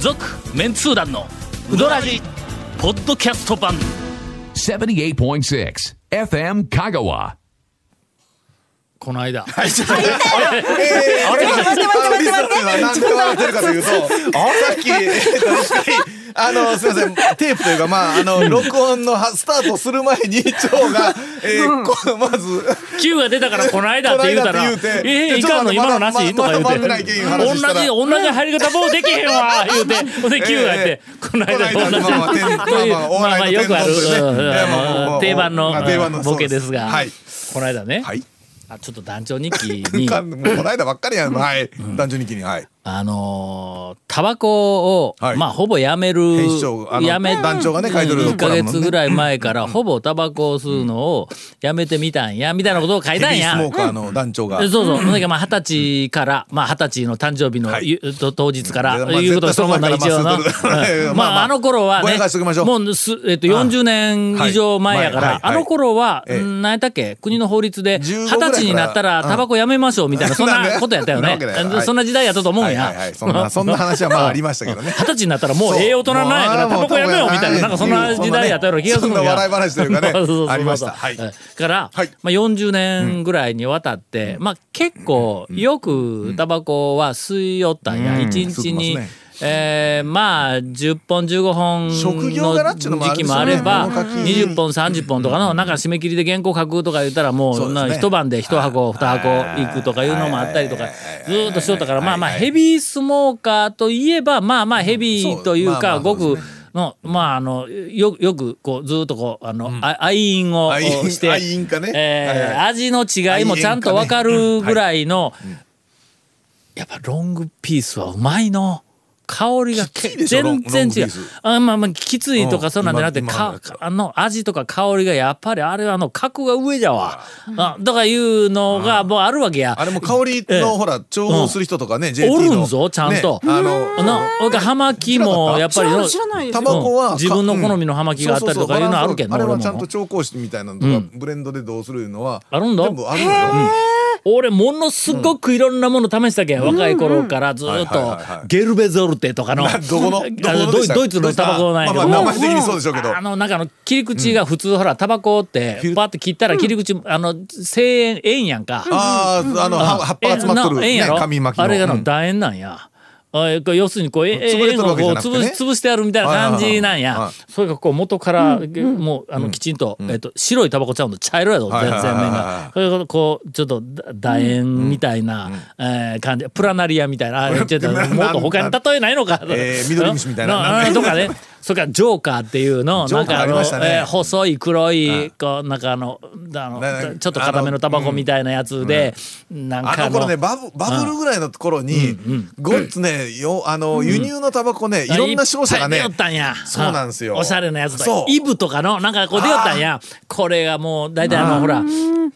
続メンツー団のウドラジポッドキャスト版78.6 FM Kagawa. この間あれ待って待って待って待って待って。何で笑ってるかというと、さっき、えっと確かに、あの、すいません、テープというか、まあ、あの、録音のはスタートする前に、長が、えーこまず、 Q が出たからこの間って言うたらこの間って言うてええでいかんのちょっ今のとなまだしとか言うまだてまだまだいけん話した同じら同じ入り方もうできへんわ 言うてほんで Q がやってこの間と同じこの間 まあまあ天というまあまあおまあまあ笑いのよくある天丼としてうんいやまあまあまあまあ定番のまあ定番のボケですがそうですこの間ねはい。あちょっと団長日記 にかもうこの間ばっかりやん。はい。男女日記に、はい。あのータバコを、はいまあほぼやめる編集長あのやめ団長がね書いてる1コかラムのね月ぐらい前からほぼタバコを吸うのをやめてみたんやみたいなことを書いヘビたんーや。スモーカーの団長が。えそうそう、なんかまあ二十歳から、まあ二十歳の誕生日の、はいゆと当日から、うんいうことにしとこうな、絶一対応そのな。前からまあそういうことうんままあまあああの頃はぼやねかしときましょう、もうす、えっと、40年以上前やかはいはらい、あの頃は、ええうん何やったっけ、国の法律で、二15十歳になったらぐらいからタバコやめましょうみたいな、そんなんなでことやったよなね わけだよ。うんそんな時代やったと思うんはいやはいはい。そ んな、そんな話はまあありましたけどね。二十歳になったらもうええ大人なんやからもタうバコやめようみたいな、なんかそんな時代やったような気がするそのんな笑いや。話というかね そうそうそうそう ありましたはいだから、はいまあ40年ぐらいにわたって、まあ結構よくタバコは吸いよったんや。うん一吸って日ますにね。えーまあ10本15本職業柄っちゅうののもある時んで期すもよねあれば物書き20本30本とかのなんか締め切りで原稿書くとか言ったらもそううですねな一晩で一箱二箱いくとかいうのもあったりとかずーっとしとったからまあまあヘビースモーカーといえばまあまあヘビーというかそうまあまあごくのまああのよよくこうずーっとこうあのあ愛飲を愛飲して愛飲かねはいえはーい味の違いもちゃんとわかるぐらいのやっぱロングピースはうまいの。香りがけきついでしょロン全然違ロンうグピース。あまあまあきついとかそうなんじゃなくて、うん今か今かあの味とか香りがやっぱりあれはあの格が上じゃわ。あだからいうのがもうあるわけや。あれも香りのほら重宝する人とかね、JT のおるんぞちゃんとねあのな、おかはまきもやっぱり知らのん知らないですタよバコはうかん自分の好みの葉巻があったりとかいうのはあるけどそうそうそうバランスをあれはちゃん俺と調香師みたいなのとか、ブレンドでどうするいうのはあるんだ全部あるんだよ、俺ものすごくいろんなもの試したけん、若い頃からずっはいとはいはいはいゲルベゾルテとかのな どこのあどこのドでイしたドイツのタバコなんやけど、まあまあ名前的にそうでしょうけどあの、なんかあの、切り口が普通、ほら、タバコってフィ、ルパッと切ったら切り口、あの、千円、円やんか。あーあの葉葉っぱが詰まっとる、えね、な円やろ紙巻きのあれがうの、ん楕円なんや。あえこう要するにこう、え潰れ円とるをわけじこうゃなくてね潰し潰してあるみたいな感じなんはいはいはいやはい。それがこう元から、もう、あの、きちんと、えっと、白いタバコちゃうんと茶色やぞ、全はいはい全面はいはいが。それがこう、ちょっとだ楕円みたいなえー感じ、プラナリアみたいな、あちょっともなっと他に例えないのか。えー緑虫みたいな ああとかね。それからジョーカーっていうの、ジなョんーカーかあの、ありましたねえー細い黒い、こう、なんかあの、あのなちょっと固めのタバコみたいなやつで、なんあかの頃ねバブバブルぐらいの頃に、ごっつねよあの輸入のタバコね、いろんな商社がねいっぱい出よったんや。そうなんですよおしゃれなやつとかそ。うイブとかの、なんかこう出よったんや。これがもう、大体あの、ほら、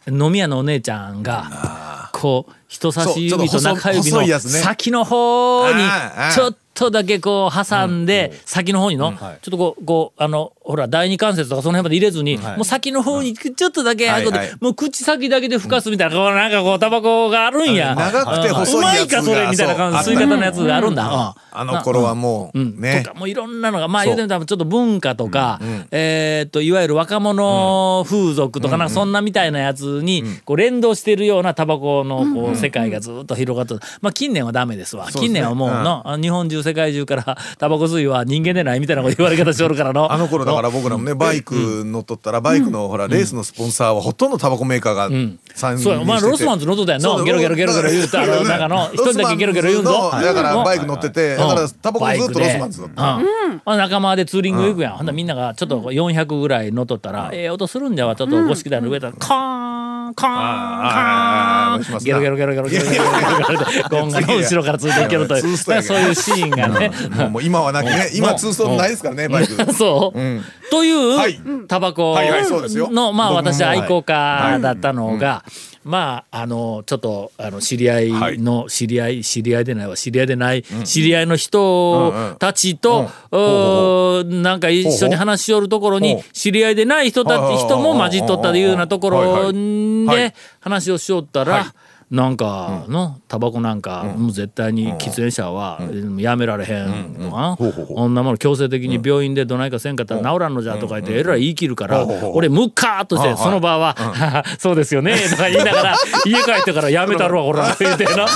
飲み屋のお姉ちゃんが、こう、人差し指とそうちょっと細中指の細いやつね先の方にあーあ、ーちょっとだけこう挟んで、先の方にの、ちょっとこう、こう、あの、ほら、第二関節とかその辺まで入れずに、もう先の方にちょっとだけ、はいはいあとでもう口先だけでふかすみたいな、こう、なんかこう、タバコがあるんや。長くて細いやつがうまいか、それ、みたいな感じ。そ吸うい方のやつがあるんだ。うんあの頃はもう、ねとかもういろんなのがまあそ言ううてみたらちょっと文化とか、えーっといわゆる若者風俗とかなんかそんなみたいなやつにこう連動してるようなタバコのこう世界がずっと広がってるまあ近年はダメですわうですね近年はもうの日本中世界中からタバコ吸いは人間でないみたいなこと言われ方しておるからのあの頃だから僕らもねバイク乗っとったらバイクのほらレースのスポンサーはほとんどタバコメーカーが参入してそうやお前ロスマンズ乗っとったやんのそうゲロゲロゲロゲロ言うたあの中の一人だけゲロゲロ言うんぞロスマンズのだかうんらバイク乗っててだからタバコもずっとロスマンズだったうんまあ仲間でツーリング行くやん、ほんならみんながちょっと400ぐらい乗っとったら、ええ音するんじゃわちょっと五色台の上だったらカーンカあーあーーあーあーあンカーーしまンすなゲロゲロゲロゲロゲロゲロゲロゲロってゴンがの後ろからついていけるといいやいやツーうストやけそどういうシーンがねもうもう今はなきね今ツーストーンないですからねバイクそう、という、はいタバコはいはいそうですよのまあ僕も私愛好家だったのが、まああのちょっとあの知り合いの知り合い知り合いでないわ知り合いでない知り合いの人たちとうーなんか一緒に話しよるところほうにほう知り合いでない人たはいはいちはい人も混じっとったというようなところはいはで話をしよったら。なんかのタバコなんか、もう絶対に喫煙者は、やめられへんとか、うんうんほうほうほうこんなもの強制的に病院でどないかせんかったら治らんのじゃとか言ってえらい言い切るから、ほうほうほう俺ムッカーっとしてその場は「はは そうですよね」とか言いな がら家帰ってから「やめたろほら」言うてなな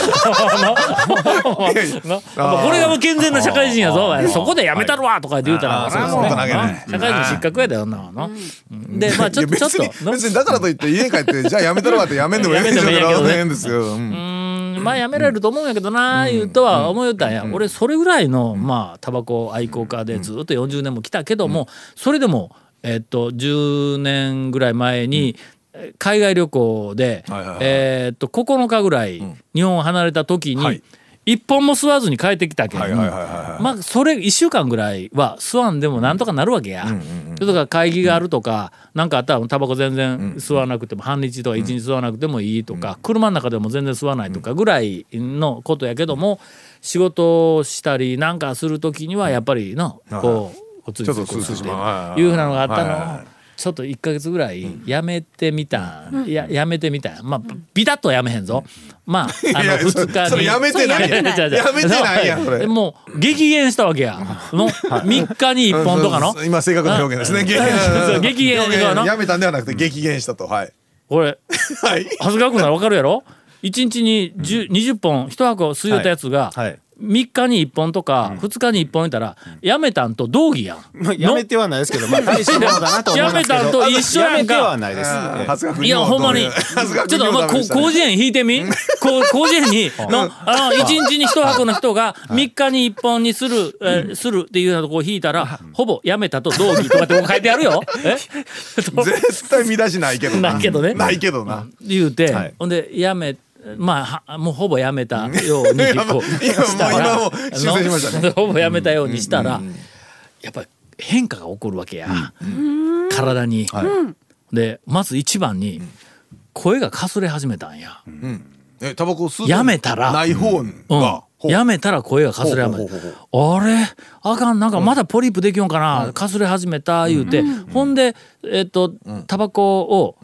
なこれがもう健全な社会人やぞおいそこで「やめたろわ」とか言って言うたらあーそれはそんなことないけな社どね会人失格やで女はな。でまあちょっといちょっやと別に別にだからといって家帰ってじゃあやめたらかってやめんでもええうんじゃんやめんでもええけどねええんですよ、うんうんまあやめられると思うんやけどないうとは思うたんや、俺それぐらいのまあタバコ愛好家でずっと40年も来たけども、それでもえっと10年ぐらい前にえー海外旅行で、はいはいはいえっと9日ぐらい日本を離れた時はにい一本も吸わずに帰ってきたけど、はいはいはいはいまあそれ1週間ぐらいは吸わんでもなんとかなるわけや。それとか会議があるとか何、なん、かあったらタバコ全然吸わなくても、半日とか一日吸わなくてもいいとか、車の中でも全然吸わないとかぐらいのことやけども、仕事をしたりなんかする時にはやっぱりの、こうおつりちょつりっとこう涼しついりはいいうふうなのがあったのを。はいはいはいちょっと1か月ぐらいやめてみた、ん、ややめてみたまあビタッとはやめへんぞ、まああいのやいや2日にそれやめてないやん違う違う違うやめてないやんそれもう激減したわけや。の3日に1本とかの。今正確な表現ですねそう激減表現そうなやめたんではなくて激減したとはいこれはい長谷川君なら分かるやろ1日に10 20本1箱吸い寄ったやつがはいはい3日に1本とか2日に1本いたらやめたんと同義やん。まあ、やめてはないですけど、まあ、大したものだなと思いますけど。やめたんと一緒やんかやめてはないです。恥ずかしいやほんまにちょっとお前こう広辞苑引いてみこ広辞苑 にのあの1日に1箱の人が3日に1本にする、えーするっていうようなとこを引いたらほぼやめたと同義とかってこう書いてあるよ。え絶対見出しないけどないけどねないけどな言うて、はいほんでやめまあはもうほぼやめたようにこう いやもうしたら今もう修正しましたねあの ほぼやめたようにしたら、やっぱり変化が起こるわけや、体に。でまず一番に声がかすれ始めたんや。えタバコ吸うやめたらない方うんがほうやめたら声がかすれ始めほうほうたあれあかんなんかまだポリープできよんかな、かすれ始めた言うて、ほんでえっとタバコを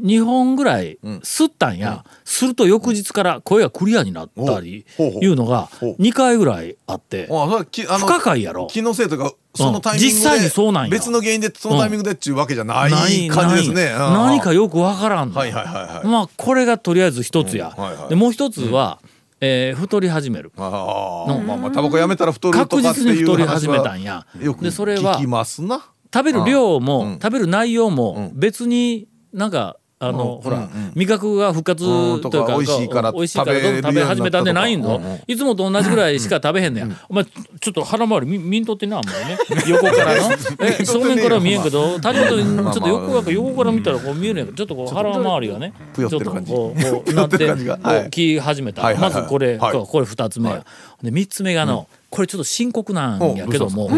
2本ぐらい吸ったんや、すると翌日から声がクリアになったりほうほうほういうのがほう2回ぐらいあってあそれはきあ不の可解やろ気のせいとかそのタイミングで実際にそうなんや別の原因でそのタイミングでっちゅうわけじゃない感じですねないうん何かよくわからんのはいはいはいはいまあこれがとりあえず一つや、うんはいはいでもう一つは、えー太り始めるああまあまあタバコやめたら太ると確かって実にいう太り話始めたんはやよくでそれは聞きますな食べる量も、うん食べる内容もうん別になんかあの、うんほら、うんうん味覚が復活うんとというかか美味しいから美味しいからどんどん食べ食べれるようになった始めたんでないんだ、とかうんうんいつもと同じぐらいしか食べへんねや、お前ちょっと腹回りみ見んとってなあんまり ね横からのえ正面からは見えんけど他人とちょっと横から横から見たらこう見えるんやけどちょっとこう腹回りがねちぷょよっってとるこう感じこ うぷなよっっててる感じがはいき始めた、はいはいはいまずこれ、はいそうこれ二つ目や、で三つ目がの、これちょっと深刻なんやけども、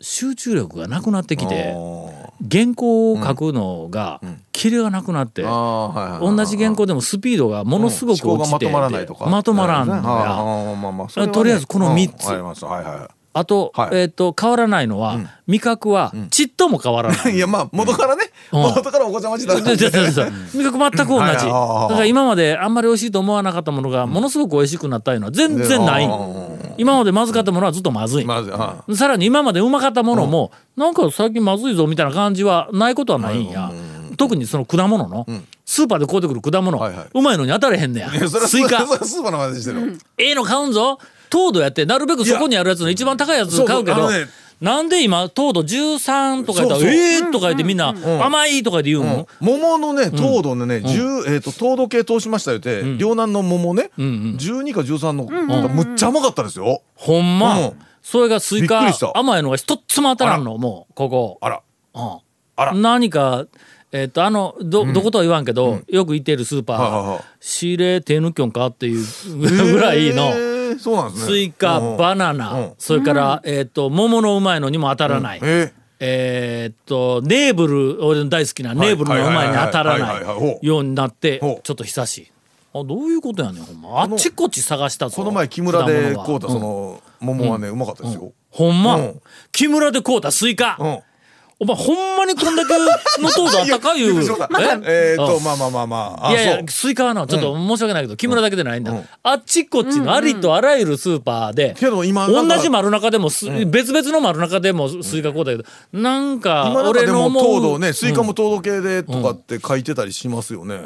集中力がなくなってきて原稿を書くのがキレがなくなって、ああはいはいはい同じ原稿でもスピードがものすごく思考落がちまてとまらないとかまとまらんのああやああまあまあそれはねとりあえずこの三つうんわかりましたはいはあと,、はいえっと変わらないのは、味覚はちっとも変わ らないいいやまあ元からねうん元からお子ちゃまちだそうそうそうそう味覚全く同じうんはだいあーから今まであんまり美味しいと思わなかったものがものすごく美味しくなったいうのは全然ないうんうんうん今までまずかったものはずっとまずいまずはさらに今までうまかったものも、なんか最近まずいぞみたいな感じはないことはないんや、特にその果物の、スーパーで買うてくる果物、はいはいうまいのに当たれへんねやいいやそれはスイカそれはスーパーの話してるええの買うんぞ糖度やってなるべくそこにあるやつの一番高いやつ買うけそうどそうあのねなんで今糖度13とか言ったら「そうそうええー!」とか言ってみんな「ん甘い!」とか言って言うの、桃のね糖度のね10えっと糖度計通しましたよって両南の桃ね12か13のむっちゃ甘かったですよほんま、うんそれがスイびっくカりした甘いのが一つも当たらんのもうここ。あらうんあら何か、えっとあのどどことは言わんけど、よく行っているスーパー、はいはいはい仕入れ手抜きょんかっていう ぐらいの。えーそうなんですねスイカ、うんバナナ、うんそれから、えっ、と桃のうまいのにも当たらない、ええーっとネーブル俺の大好きなネーブルの前に当たらはいはいはいはいなはいはいほいうようになってちょほうっと久しいあどういうことやねんほんまあっちこっち探したぞこの前木村で果物こうがたその桃はねうまかったですよほんま、うん木村でこうたスイカ、うんお前ほんまにこんだけの糖度あったかいう。びっくりしましたええーっと、うんまあまあまあまあ。あいやいそうや、スイカはな、ちょっと申し訳ないけど、木村だけじゃないんだ。うんあっちこっちのありとあらゆるスーパーで、けど今なんか同じ丸中でもす、別々の丸中でもスイカこうだけど、なんか、今なんか俺でのも思う糖度ね、スイカも糖度計でとかって書いてたりしますよね。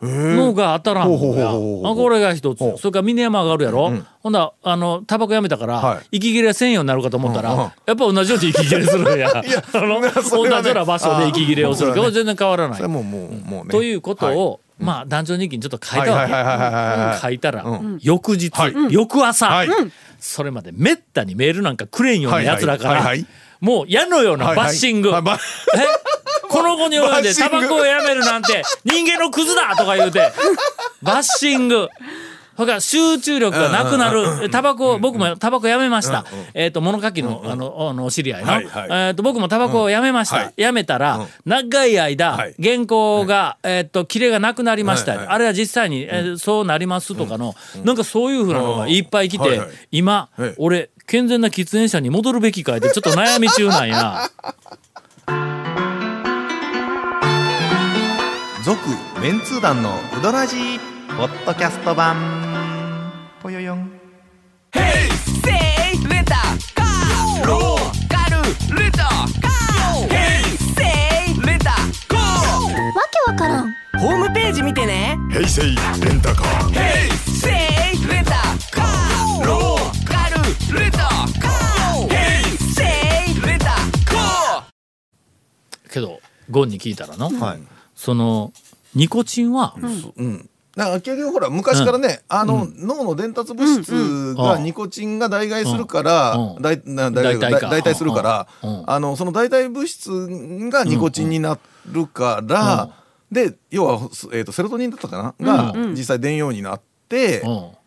のが当たらんのほうほうやほうほうあこれが一つほうそれから峰山上があるやろ、ほんならあのタバコやめたから、はい息切れせんようになるかと思ったら、うんうんやっぱ同じように息切れする んや あのそ同れじはねような場所で息切れをするけあーど全然変わらないそれ。ももう、もうね。ということを、まあ男女人気にちょっと書いたはいはいはいはいはいはいわはいけうん書いたら、う翌日、はい翌朝、はいうんそれまでめったにメールなんかくれんような奴らから、はいはいはいはいもう矢のようなバッシング。はいはいはいえこの子に及んでバッシタングバコをやめるなんて人間のクズだとか言うて、バッシング。ほか集中力がなくなる。タバコ、僕もタバコやめました。えっと、物書きの、あの、あのお知り合いの。はえいはいっと、僕もタバコをやめましうんはたい。やめたら、長い間はい、原稿が、えっと、キレがなくなりましはいはいた。あれは実際に、えーそうなりますとかの、なんかそういうふうなのがいっぱい来はいてはい、今ええ、俺、健全な喫煙者に戻るべきかいって、ちょっと悩み中なんや。続メンツー団のウドラジーポッドキャスト版ぽよよんヘイレタカーローカルレタカーヘイセイレタカーわけわからんホームページ見てねヘイセイレンタカーヘイセイレタカーローカルレタカーヘイセイレタカーけどゴンに聞いたらの、はい。そのニコチンは、うん。だから結局ほら昔からね、あの、脳の伝達物質うがんニコチンが代替するから、うんうん代な代替代替か代替するから、うんうんあのその代替物質がニコチンになるから、で要は、えー、とセロトニンだったかなが、実際電容になって、う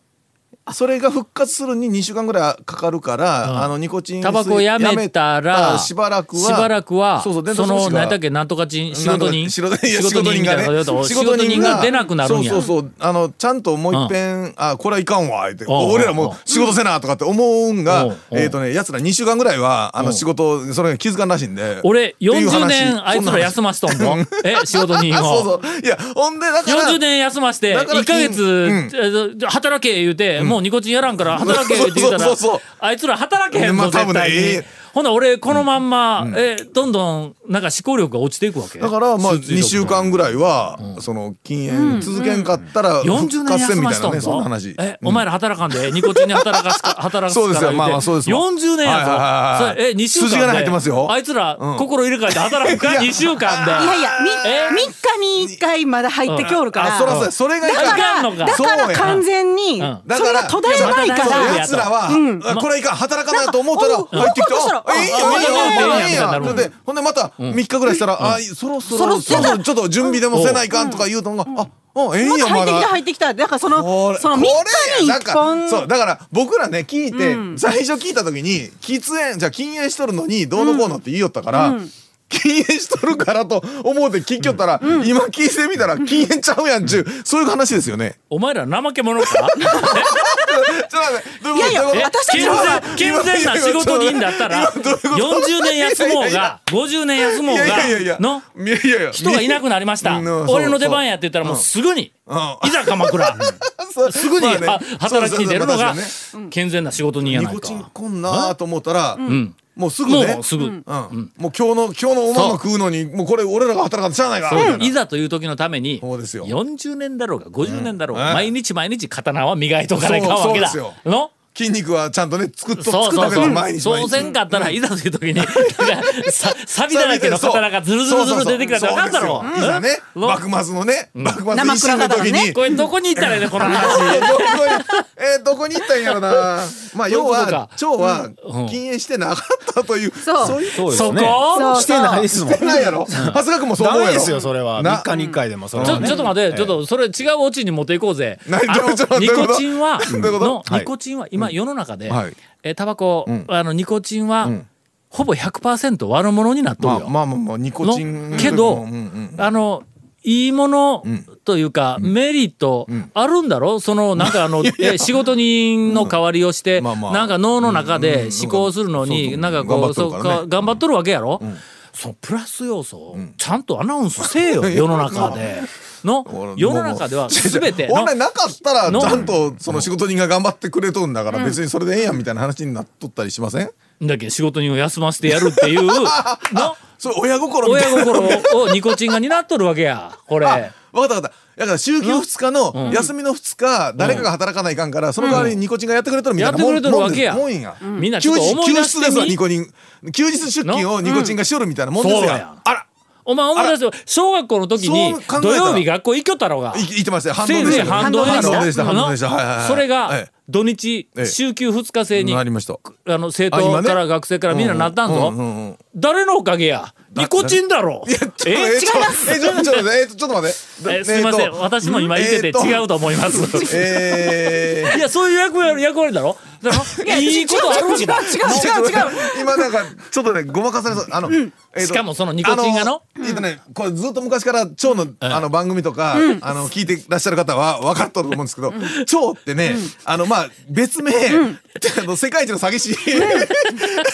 それが復活するに2週間ぐらいかかるから、うんあのニコチンん、タバコをやめたらしばらくはしばらくはそうそう伝そ達物の質が何だっけなんとかチン仕事人仕事人いや仕事人みたがいなねこと言うと仕事人が出なくなるんやそうそうそうあのちゃんともう一遍、あこれはいかんわってんうん俺らもう仕事せなとかって思うんうが、んうんえっ、とねやつら2週間ぐらいはあうのん仕事それに気づかんらしいんで俺っていう40話年あいつら休ましとんそのな話え仕事人あをそうそういやほんでだから40年休ましてだから1ヶ月、うんえー働け言うて、もうニコチンやらんから働けって言うたらそうそうそうそうあいつら働けへんぞ、まあ多絶分対に、ねええほな俺このまんま、えーどんどんなんか思考力が落ちていくわけだからまあ2週間ぐいらいは、その禁煙続けんかったら40年復活せ休んみまたしいなとんねそんぞな話。え、お前ら働かんで、ニコチンに働かす か、働かすから言うて。そうですよまあまあそうですわ40年はいはいやはいぞは。いそれえ、2週間で。筋金入ってますよあいつら、うん心入れ替えて働くか ?2 週間で。いやいや、み、え三日に一回まだ入ってきおるから。あそらそうやそれがいだかんかいら、かんのかだから完全に、んだそかれらが途絶えないかまだら。だやつらは、あこれいかん働かないと思ったうんら入ってきて、うんあええんやうんええんやええんやうんそれでほんでまた3日ぐらいしたら、あそろそそろろそろそろちょっと準備でもせないかんとか言うとんが、あうんええんまやだ入ってきた、入ってきた。だだからそこれの、その三こ日れにやだ一からそう本。だから僕らね聞いて、最初聞いた時に喫煙じゃあ禁煙しとるのにどうのこうのって言いよったから、禁煙しとるからと思うて聞きよったら、今聞いてみたら禁煙ちゃうやんちゅう、そういう話ですよね。お前ら怠け者かちょっと待ってどううこいとやいやどううこと私た健ち全健は全な仕事人だったら、今どういうこと40年休もういやいやいがや、 50年休もういやいやいやが、の、いやいやいや人がいなくなりましたみんな。俺の出番やって言ったらもうすぐに、ういざ鎌倉、 そうすぐにまあねは働きに出るのそがうそうそうまあ確かにね、健全な仕事人やニないコチンか。こんなと思ったら、んもうすぐねもうすぐ。うんもう今日の今日のおまんま食うのにもうこれ俺らが働かんとしゃあないからみたいないざという時のためにそうですよ40年だろうが50年だろううがん毎日毎日刀は磨いとかないかんわけだそうそうで。の筋肉はちゃんとね作っとそう作っそたうけどそう毎日毎そう日せんかったらいざという時に なんかさ錆だらけの刀がズルズルズル出てきたって分かったろそうですよいざねうん幕末のね幕末維新の時生倉だからに ねこれどこに行ったらいい のこのどこ話にえーどこに行ったんやろなまそういあう要ことはか腸はうん禁煙してなかったというそうそういうそうですそね。こそうしてないですもんして。ないやろ長谷川君もそうダ思うやメろですよ、それは。な3日に1回でも、それちょはちねょっ。と待って、ちょっとそれ違うオチに持っていこうぜ。あ何どういうこのとどういニうことコチンは、どういうことのはいニコチンは今世の中ではい、えータバコん、あのニコチンはんほぼ100%悪者になっとまるあよ。まあまあまあニコチンのけどうんうんあの、いいものというか、メリットあるんだろその、なんかあ の、え仕事人の代わりをして、んまあまあなんか脳の中で思考するのうに、んなんかこう、そそううそうか頑張っとるからね頑張っとるわけやろ、そのプラス要素をちゃんとアナウンスせえ よ、世の中で。の世の中では全ての 本来なかったらのちゃんとその仕事人が頑張ってくれとんだから別にそれでええやんみたいな話になっとったりしませんだっけ仕事人を休ませてやるって いうのそれ親心みた親い な心をニコチンが担っとるわけやこ れ。分かった分かっただから週休2日の休みの2日誰かが働かないかんからその代わりにニコチンがやってくれとるみたいなもんやってくれとるわけやもんですもんやみんなちょ休っと思日い出休し日てでみすわニコニン休日出勤をニコチンがしよるみたいなもんですそうややんん。あらお前思い出すよ小学校の時にそう考えたら土曜日学校行きよったろうがい言ってましたよ反先動でし生た反動やろでした反動でしたはいはいはいそれはがい土日ええ週休2日制になりましたあの生あ徒今ねから学生からみんななったんうんうんうんうぞん誰のおかげやニコチンだろいやちょっとええちょえちょっとちょっとえちょっと待ってえすいません私も今言ってて違うとと思います えーいやそういう役割役割だろだろいいことあるんだ違う違う今なんかちょっとねごまかされそうあの、えとしかもそのニコチンがのあえっとねこれずっと昔から蝶のあの番組とか、あの聞いてらっしゃる方は分かっとると思うんですけど蝶ってね、あのまあ別名、あの世界一の詐欺師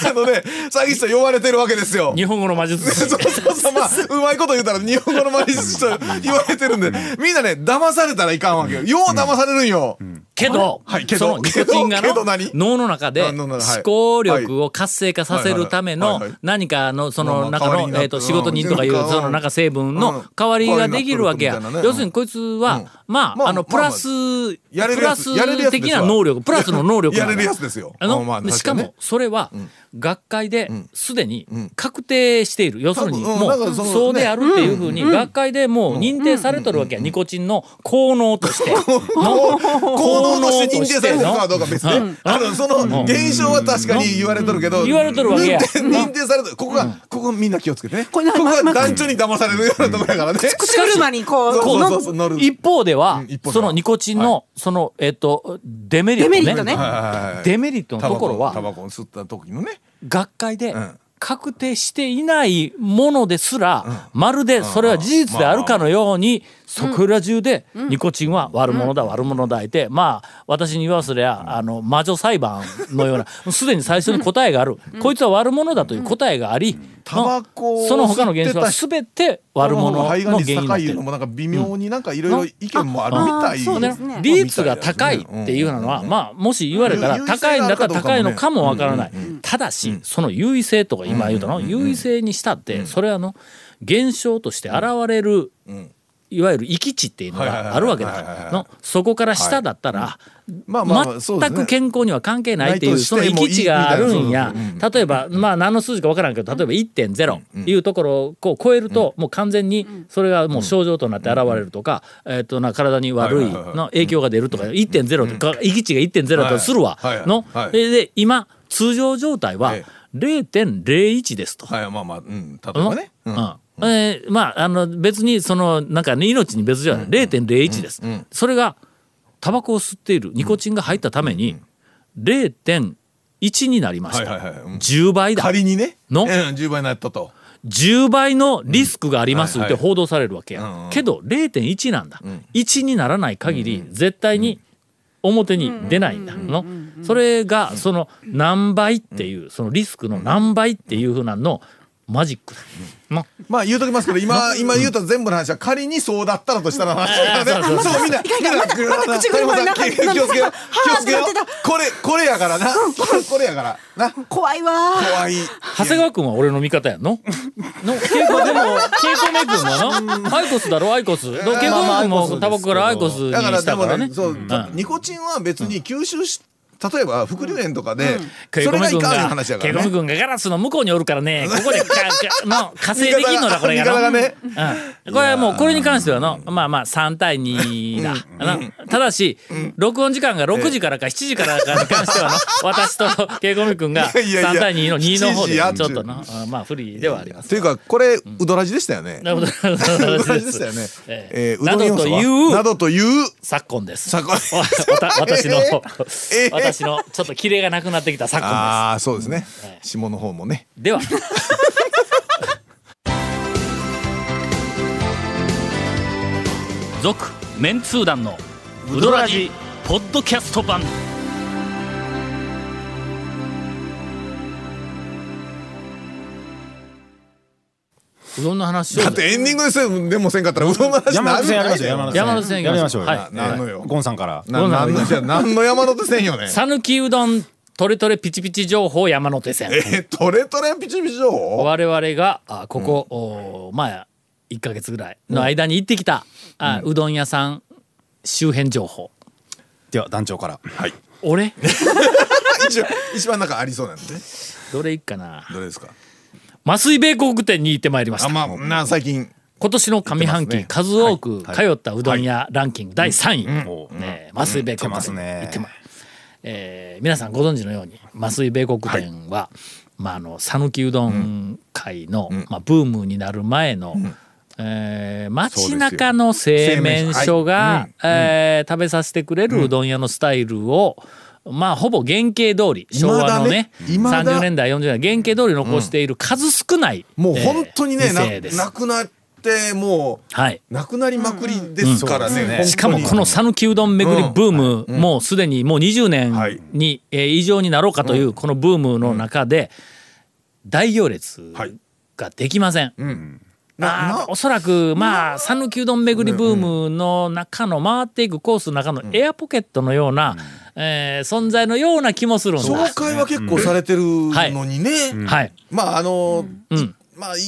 あのね詐欺師と呼ばれてるわけですよ。日本語の魔術師そうそうそうまあうまいこと言うたら日本語のマリスと言われてるんでみんなね騙されたらいかんわけよよう騙されるんよ、けど、はいけどそのニコチンが けどけどの何脳の中であ脳の思中はい考力を活性化させるためはいのはいはいはい何かのそまのあまあ中代わりのになってえっと仕事人とかいううんその中成分の代わりができるわけうやん代わりにな要っとるみたいなねするにこいつうんはままあああのプまあまあラスプやれるラやつやれるスやつですわ的な能力プラスの能力やなのれるやつですよああまあの確かにねしかもそれは学会ですでに確定している要するに多分うんもなんかうそのねそうであるっていうふうに学会でもう認定されとるわけやニコチンの効能と して。行動として認定されてるかはどうか別で、あのその現象は確かに言われとるけど、言われとるわけや認定認定されてるここが、ここみんな気をつけてね。ここれなは団長に騙されるようなところやからね。口車にこうそうのそうそう乗る。一方では、うん一方ではそのニコチンの、そのえっ、とデメリットねデメリットねはいはいはいデメリットのところタバはコタバコを吸った時のね。学会でん確定していないものですら、まるでそれは事実であるかのように、そこら中でニコチンは悪者だ、悪者だいてまあ私に言わせりゃあの魔女裁判のような すでに最初に答えがある、こいつは悪者だという答えがあり、タバコをその他の現象は吸全て悪者の原肺因がん率になっ高ていいうるの。もなんか微妙になんかいろいろ意見もあるみたいあそうねね、率が高いっていうのは、まあ、もし言われたら、優位性高いんだったら高いのかもわからないうんうん。ただし、その優位性とか今言うたの、優位性にしたって、それはあの、現象として現れる、いわゆる行き地っていうのがあるわけだかはいはいはいはらいはいのそこから下だったらまあまあまあそうです全ねく健康には関係ないっていなういとしそてもの行き地があるんやいいみたいなそう例えばまあ何の数字かわからんけど例えば1.0いうところをこう超えるともう完全にそれがもう症状となって現れるとかえっとな体に悪いはいはいはいの影響が出るとか1.0とか行き地が1.0とするわはいはいのはいえで今通常状態はえ0.01ですと。はいまあまあうん例えばね。ううんんえーまああの別にそのなんかね命に別じゃない、0.01です、それがタバコを吸っているニコチンが入ったために0.1になりまはしいた、はいはいうん。 10倍だ仮にね。のうん10倍になったと。 10倍のリスクがありますうんっはていはい報道されるわけや、うんうんけど0.1なんだ、1にならない限り絶対に表に出ないんだ、のそれがその何倍っていうそのリスクの何倍っていうふうなのマジックだ、のまあ言うときますけど今今言うた全部の話は仮にそうだったらとしたら話だからねそうみんなみんな口車の中に気をつけよう気をつけよはあってなってうこれこれやからなこれやからな怖いわー怖い長谷川君は俺の味方やん のの稽古でも稽古目君はなアイコスだろアイコス稽古まあまあ目君アイコスもですけどタバコからアイコスにだからしでたもからねねそううんたニコチンは別に吸収し例えば副流煙とかでそ稽れ古が目いか君んいうが話やか稽ら古目ね君がガラスの向こうにおるからねここでかか の火星できんのだこれ味方ががなねうん、これはもうこれに関してはのまあまあ3対2だ、あのただし、録音時間が6時からか7時からかに関してはの私と稽古目君がいやいやいや3対2の2の方で7時やっちょっとなあまあ不利ではありますというかこれウドラジでしたよねなるほどウ ド同ラじでジですしたよねえええーうどん要な素どというはなどという昨今です。昨わ今わた私の、え ー私のちょっとキレがなくなってきた昨今ああそうですねはい下の方もねです。 では。続メンツー団のウドラジポッドキャスト版。うどんの話しよだうっぜてエンディングですよでもせんかったらうどんの話山手線やりましょうなん山の手山手線線やりましょうよはいねなんのよゴンさんからななんのじゃなんの山手線よねさぬきうどんトレトレピチピチ情報山手線えトレトレピチピチ情報我々があここ、おまあ1か月ぐらいの間に行ってきた、うあうどん屋さん周辺情報では団長から俺 一番一番なんかありそうなんでねどれいっかなどれですか増井米国店に行ってまいりましあたまあな最近今年の上半期、行って数多く通ったうどん屋ランキング第3位、ね増井米国行ってます店ね行ってまえー皆さんご存知のように増井米国店は、まああの讃岐うどん界の、まあ、ブームになる前の、えー街中の製麺所が、えー食べさせてくれるうどん屋のスタイルを、まあほぼ原型通り昭和のね未だね未だ30年代40年代原型通り残している数少ない、もう本当にえねーな店ですなくなってもはい、うなくなりまくりですからね本当にしかもこの讃岐うどん巡りブーム、もうすでにもう20年はいに、えー以上になろうかというこのブームの中で大行列はいができません。なあなーおそらくまあ讃岐うどん巡りブームの中の回っていくコースの中のエアポケットのような、えー存在のような気もするんだ。紹介は結構されてるのにねはい、まああのうんまあい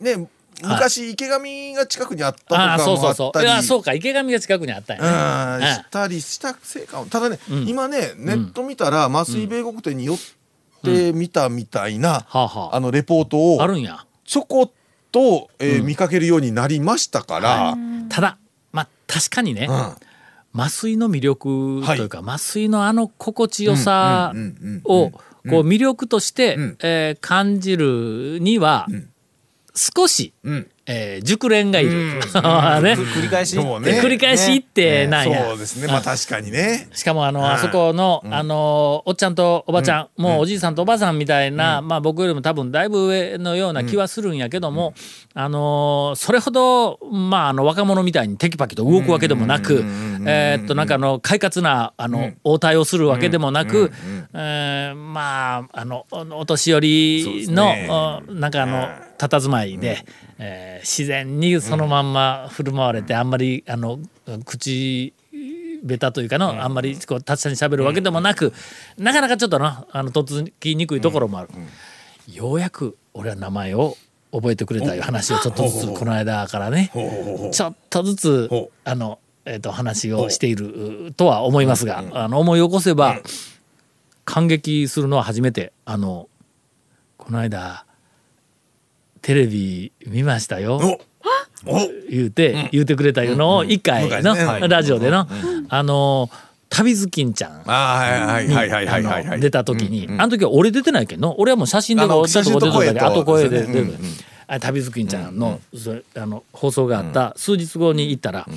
ね昔池上が近くにあったとあかあそうもあそうっそたういりやそうか池上が近くにあったんやね。ううんんしたりした成果をただね、今ねネット見たら麻酔米国店に寄ってみたみたいな、はあはああのレポートあをるんや。ちょこっと、えー見かけるようになりましたから、ただまあ確かにね、うん麻酔の魅力というか、麻酔のあの心地よさうんうんうんをこう魅力として、んえー感じるには少し、うんえー熟練がいる。 ね繰り返しそうねで繰り返し行ってなんや。そうですねまあ確かにねしかもあのあそこの、あのおっちゃんとおばちゃん、もうおじいさんとおばあさんみたいな、まあ僕よりも多分だいぶ上のような気はするんやけども、あのそれほどまああの若者みたいにテキパキと動くわけでもなく、えーっとなんかあの快活なあの、応対をするわけでもなく、えーまああのおお年寄りの、おなんかあの佇まいで。えー自然にそのまんま振る舞われて、あんまりあの口ベタというかの、あんまりこう達者に喋るわけでもなく、なかなかちょっとなあの突きにくいところもある、ようやく俺は名前を覚えてくれたいう話をちょっとずつこの間からねちょっとずつほうあの、えー、と話をしているうとは思いますが、あの思い起こせば、感激するのは初めてあのこの間テレビ見ましたよ。お言うて、言うてくれたいうのを一回の、昔ねはいラジオでの、あの旅好きんちゃんあーはいはいはいはいはいあはのい出た時に、あの時は俺出てないけど俺はもう写真であのちょっと写真と出てただけあと声声とで出てるうんうんあ旅好きんちゃんの,それ、あの放送があった数日後に行ったら、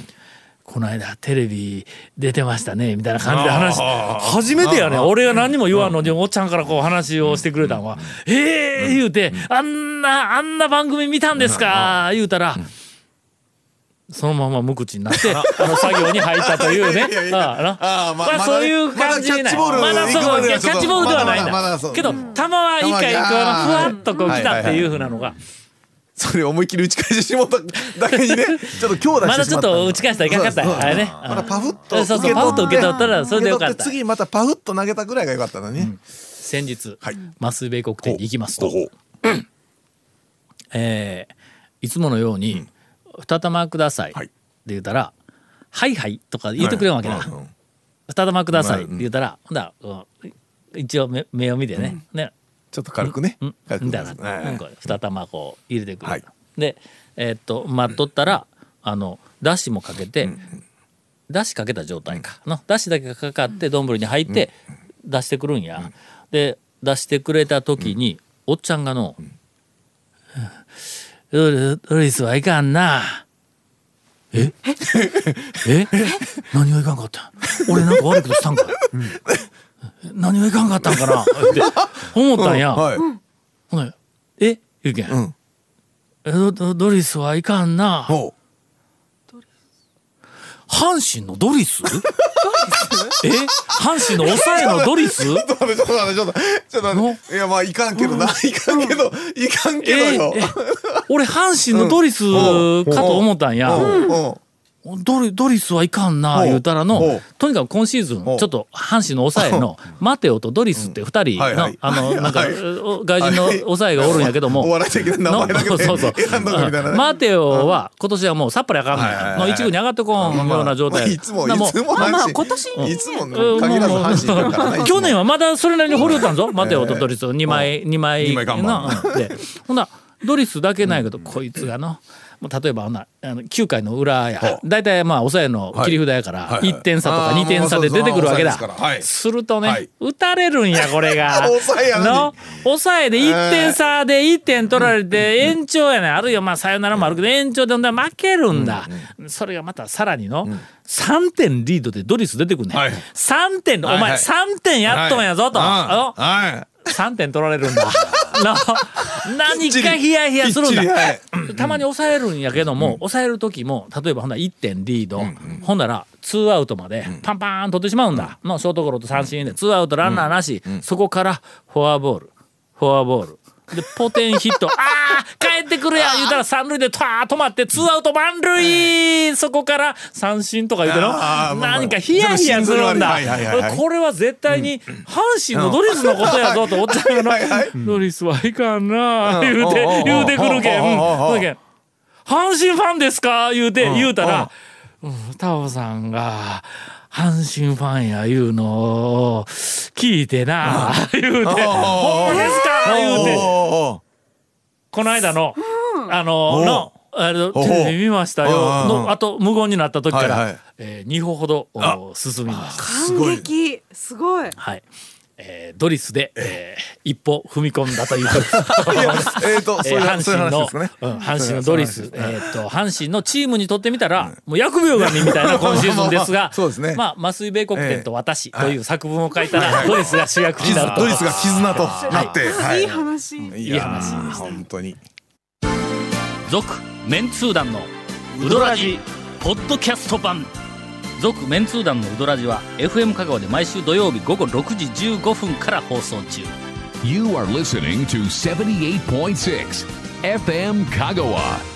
この間テレビ出てましたねみたいな感じで話し初めてやね俺が何にも言わんのにおっちゃんからこう話をしてくれたんは「ええ!」言うて「あんなあんな番組見たんですか!」言うたらそのまま無口になってあの作業に入ったというねいやいやいやああなああままあまだそういう感じになまだいキャッチまだそボールう行くまでキはャちょっとッチボールではないんまだまだまだそだうけどたまは一回球こうはふわっとこうはい来たっていうふうなのがそれ思いっきり打ち返してしまっただけ にねちょっと強打ましてだしちょまっったと打ち返したらいかんかったんやあれねまだパフッとそうそうパフッと受け取ったらそれでよかった受け取て次またパフッと投げたぐらいがよかったのね、先日はいマス米国店に行きますとほうえーいつものように「二玉ください」っはいて言うたら「はいはい」とか言ってくれるわけだうんうん二玉ください」って言うたらほんだらうん一応目目を見てねねちょっと軽くねうん軽くみたいな、はいなんか二玉こう入れてくる、はいでえーっと待っとったら、あのだしもかけて、だしかけた状態かのだしだけがかかって丼に入って出してくるんや、で出してくれた時に、おっちゃんがの「ロリロリスはいかんな」ええ何がいかんかったん俺なんか悪いことしたんかい、何がいかんかったんかなって思ったんや、 はいほなえゆうけん、うんえドドドリスはいかんなほう阪神のドリス え阪神の抑えのドリス ちょっと待って、ちょっと待って、ちょっと待ってちょっと待って。いや、まあ、いかんけどな。いかんけど、いかんけどえよ。え俺阪神のドリスかと思ったんや。うんうんドリドリスはいかんな言うたらほのうとにかく今シーズンちょほうっと阪神の抑えのマテオとドリスって2人はいのはいあのなんかはい外人の抑えがおるんやけどもお笑い的な名前だけので そうそう 選んどくみたいなねマテオは今年はもうさっぱりあかんのはいはいやはいの一部に上がってこんような状態まあいつも、いなもうつもまあまあ阪今神。年ねいつもねうん限らず阪神だからな。いつも去年はまだそれなりに掘りよったんぞマテオとドリス2枚2枚二枚看板なうんでほんならドリスだけないけどこいつがのもう例えばほんなあの9回の裏や大体まあ抑えの切り札やからい1点差とかあー2点差で出てくるわけだまあそうですはいするとはねい打たれるんやこれが 抑えやのにの抑えで1点差で1点取られて延長やねあるいはまあさよならもあるけど延長でほんなら負けるんだそれがまたさらにの3点リードでドリス出てくんねはい3点おはい前3点やっとんやぞと。あのはい。 3点取られるんだ。な何かヒヤヒヤするんきっちりはだい。たまに抑えるんやけども、抑える時も例えばほんなら1点リード、ほんなら2アウトまでパンパーン取ってしまうんだ、のショートゴロと三振で2アウトランナーなし、そこからフォアボールフォアボール。でポテンヒット あー帰ってくるやん言うたら三塁でとー止まってツーアウト満塁そこから三振とか言うてのあーまあまあ何かヒヤヒヤするんだはいはいはいはいこれは絶対に阪神のドリスのことやぞとおっちゃん がな「ドリスはいかんな」言うてうん言うてくるけんうんうんうんそのけん「阪神ファンですか?」言うて言うたら「タオさんが阪神ファンや言うのを聞いてな」言うて「ほんまですか?」言うて。おーこの間の、あののあのテレビ見ましたようんうんのあと無言になった時から、はいはいえー、2歩ほどお進みました感激すごい。はい、えー、ドリスで、えー、一歩踏み込ん だというえっと、えーそういう阪そういう神話のですかね。、うん阪神のドリス、えーっと阪神のチームにとってみたら、もう疫病神みたいな今シーズンですがそうですねまあ麻酔米国店と私という作文を書いたら、ドリスが主役になると。ドリスが絆となって。はいい話。いいい話でした本当に。続メンツー団のウドラジポッドキャスト版続メンツー団のウドラジは FM 香川で毎週土曜日午後6時15分から放送中 You are listening to 78.6 FM Kagawa.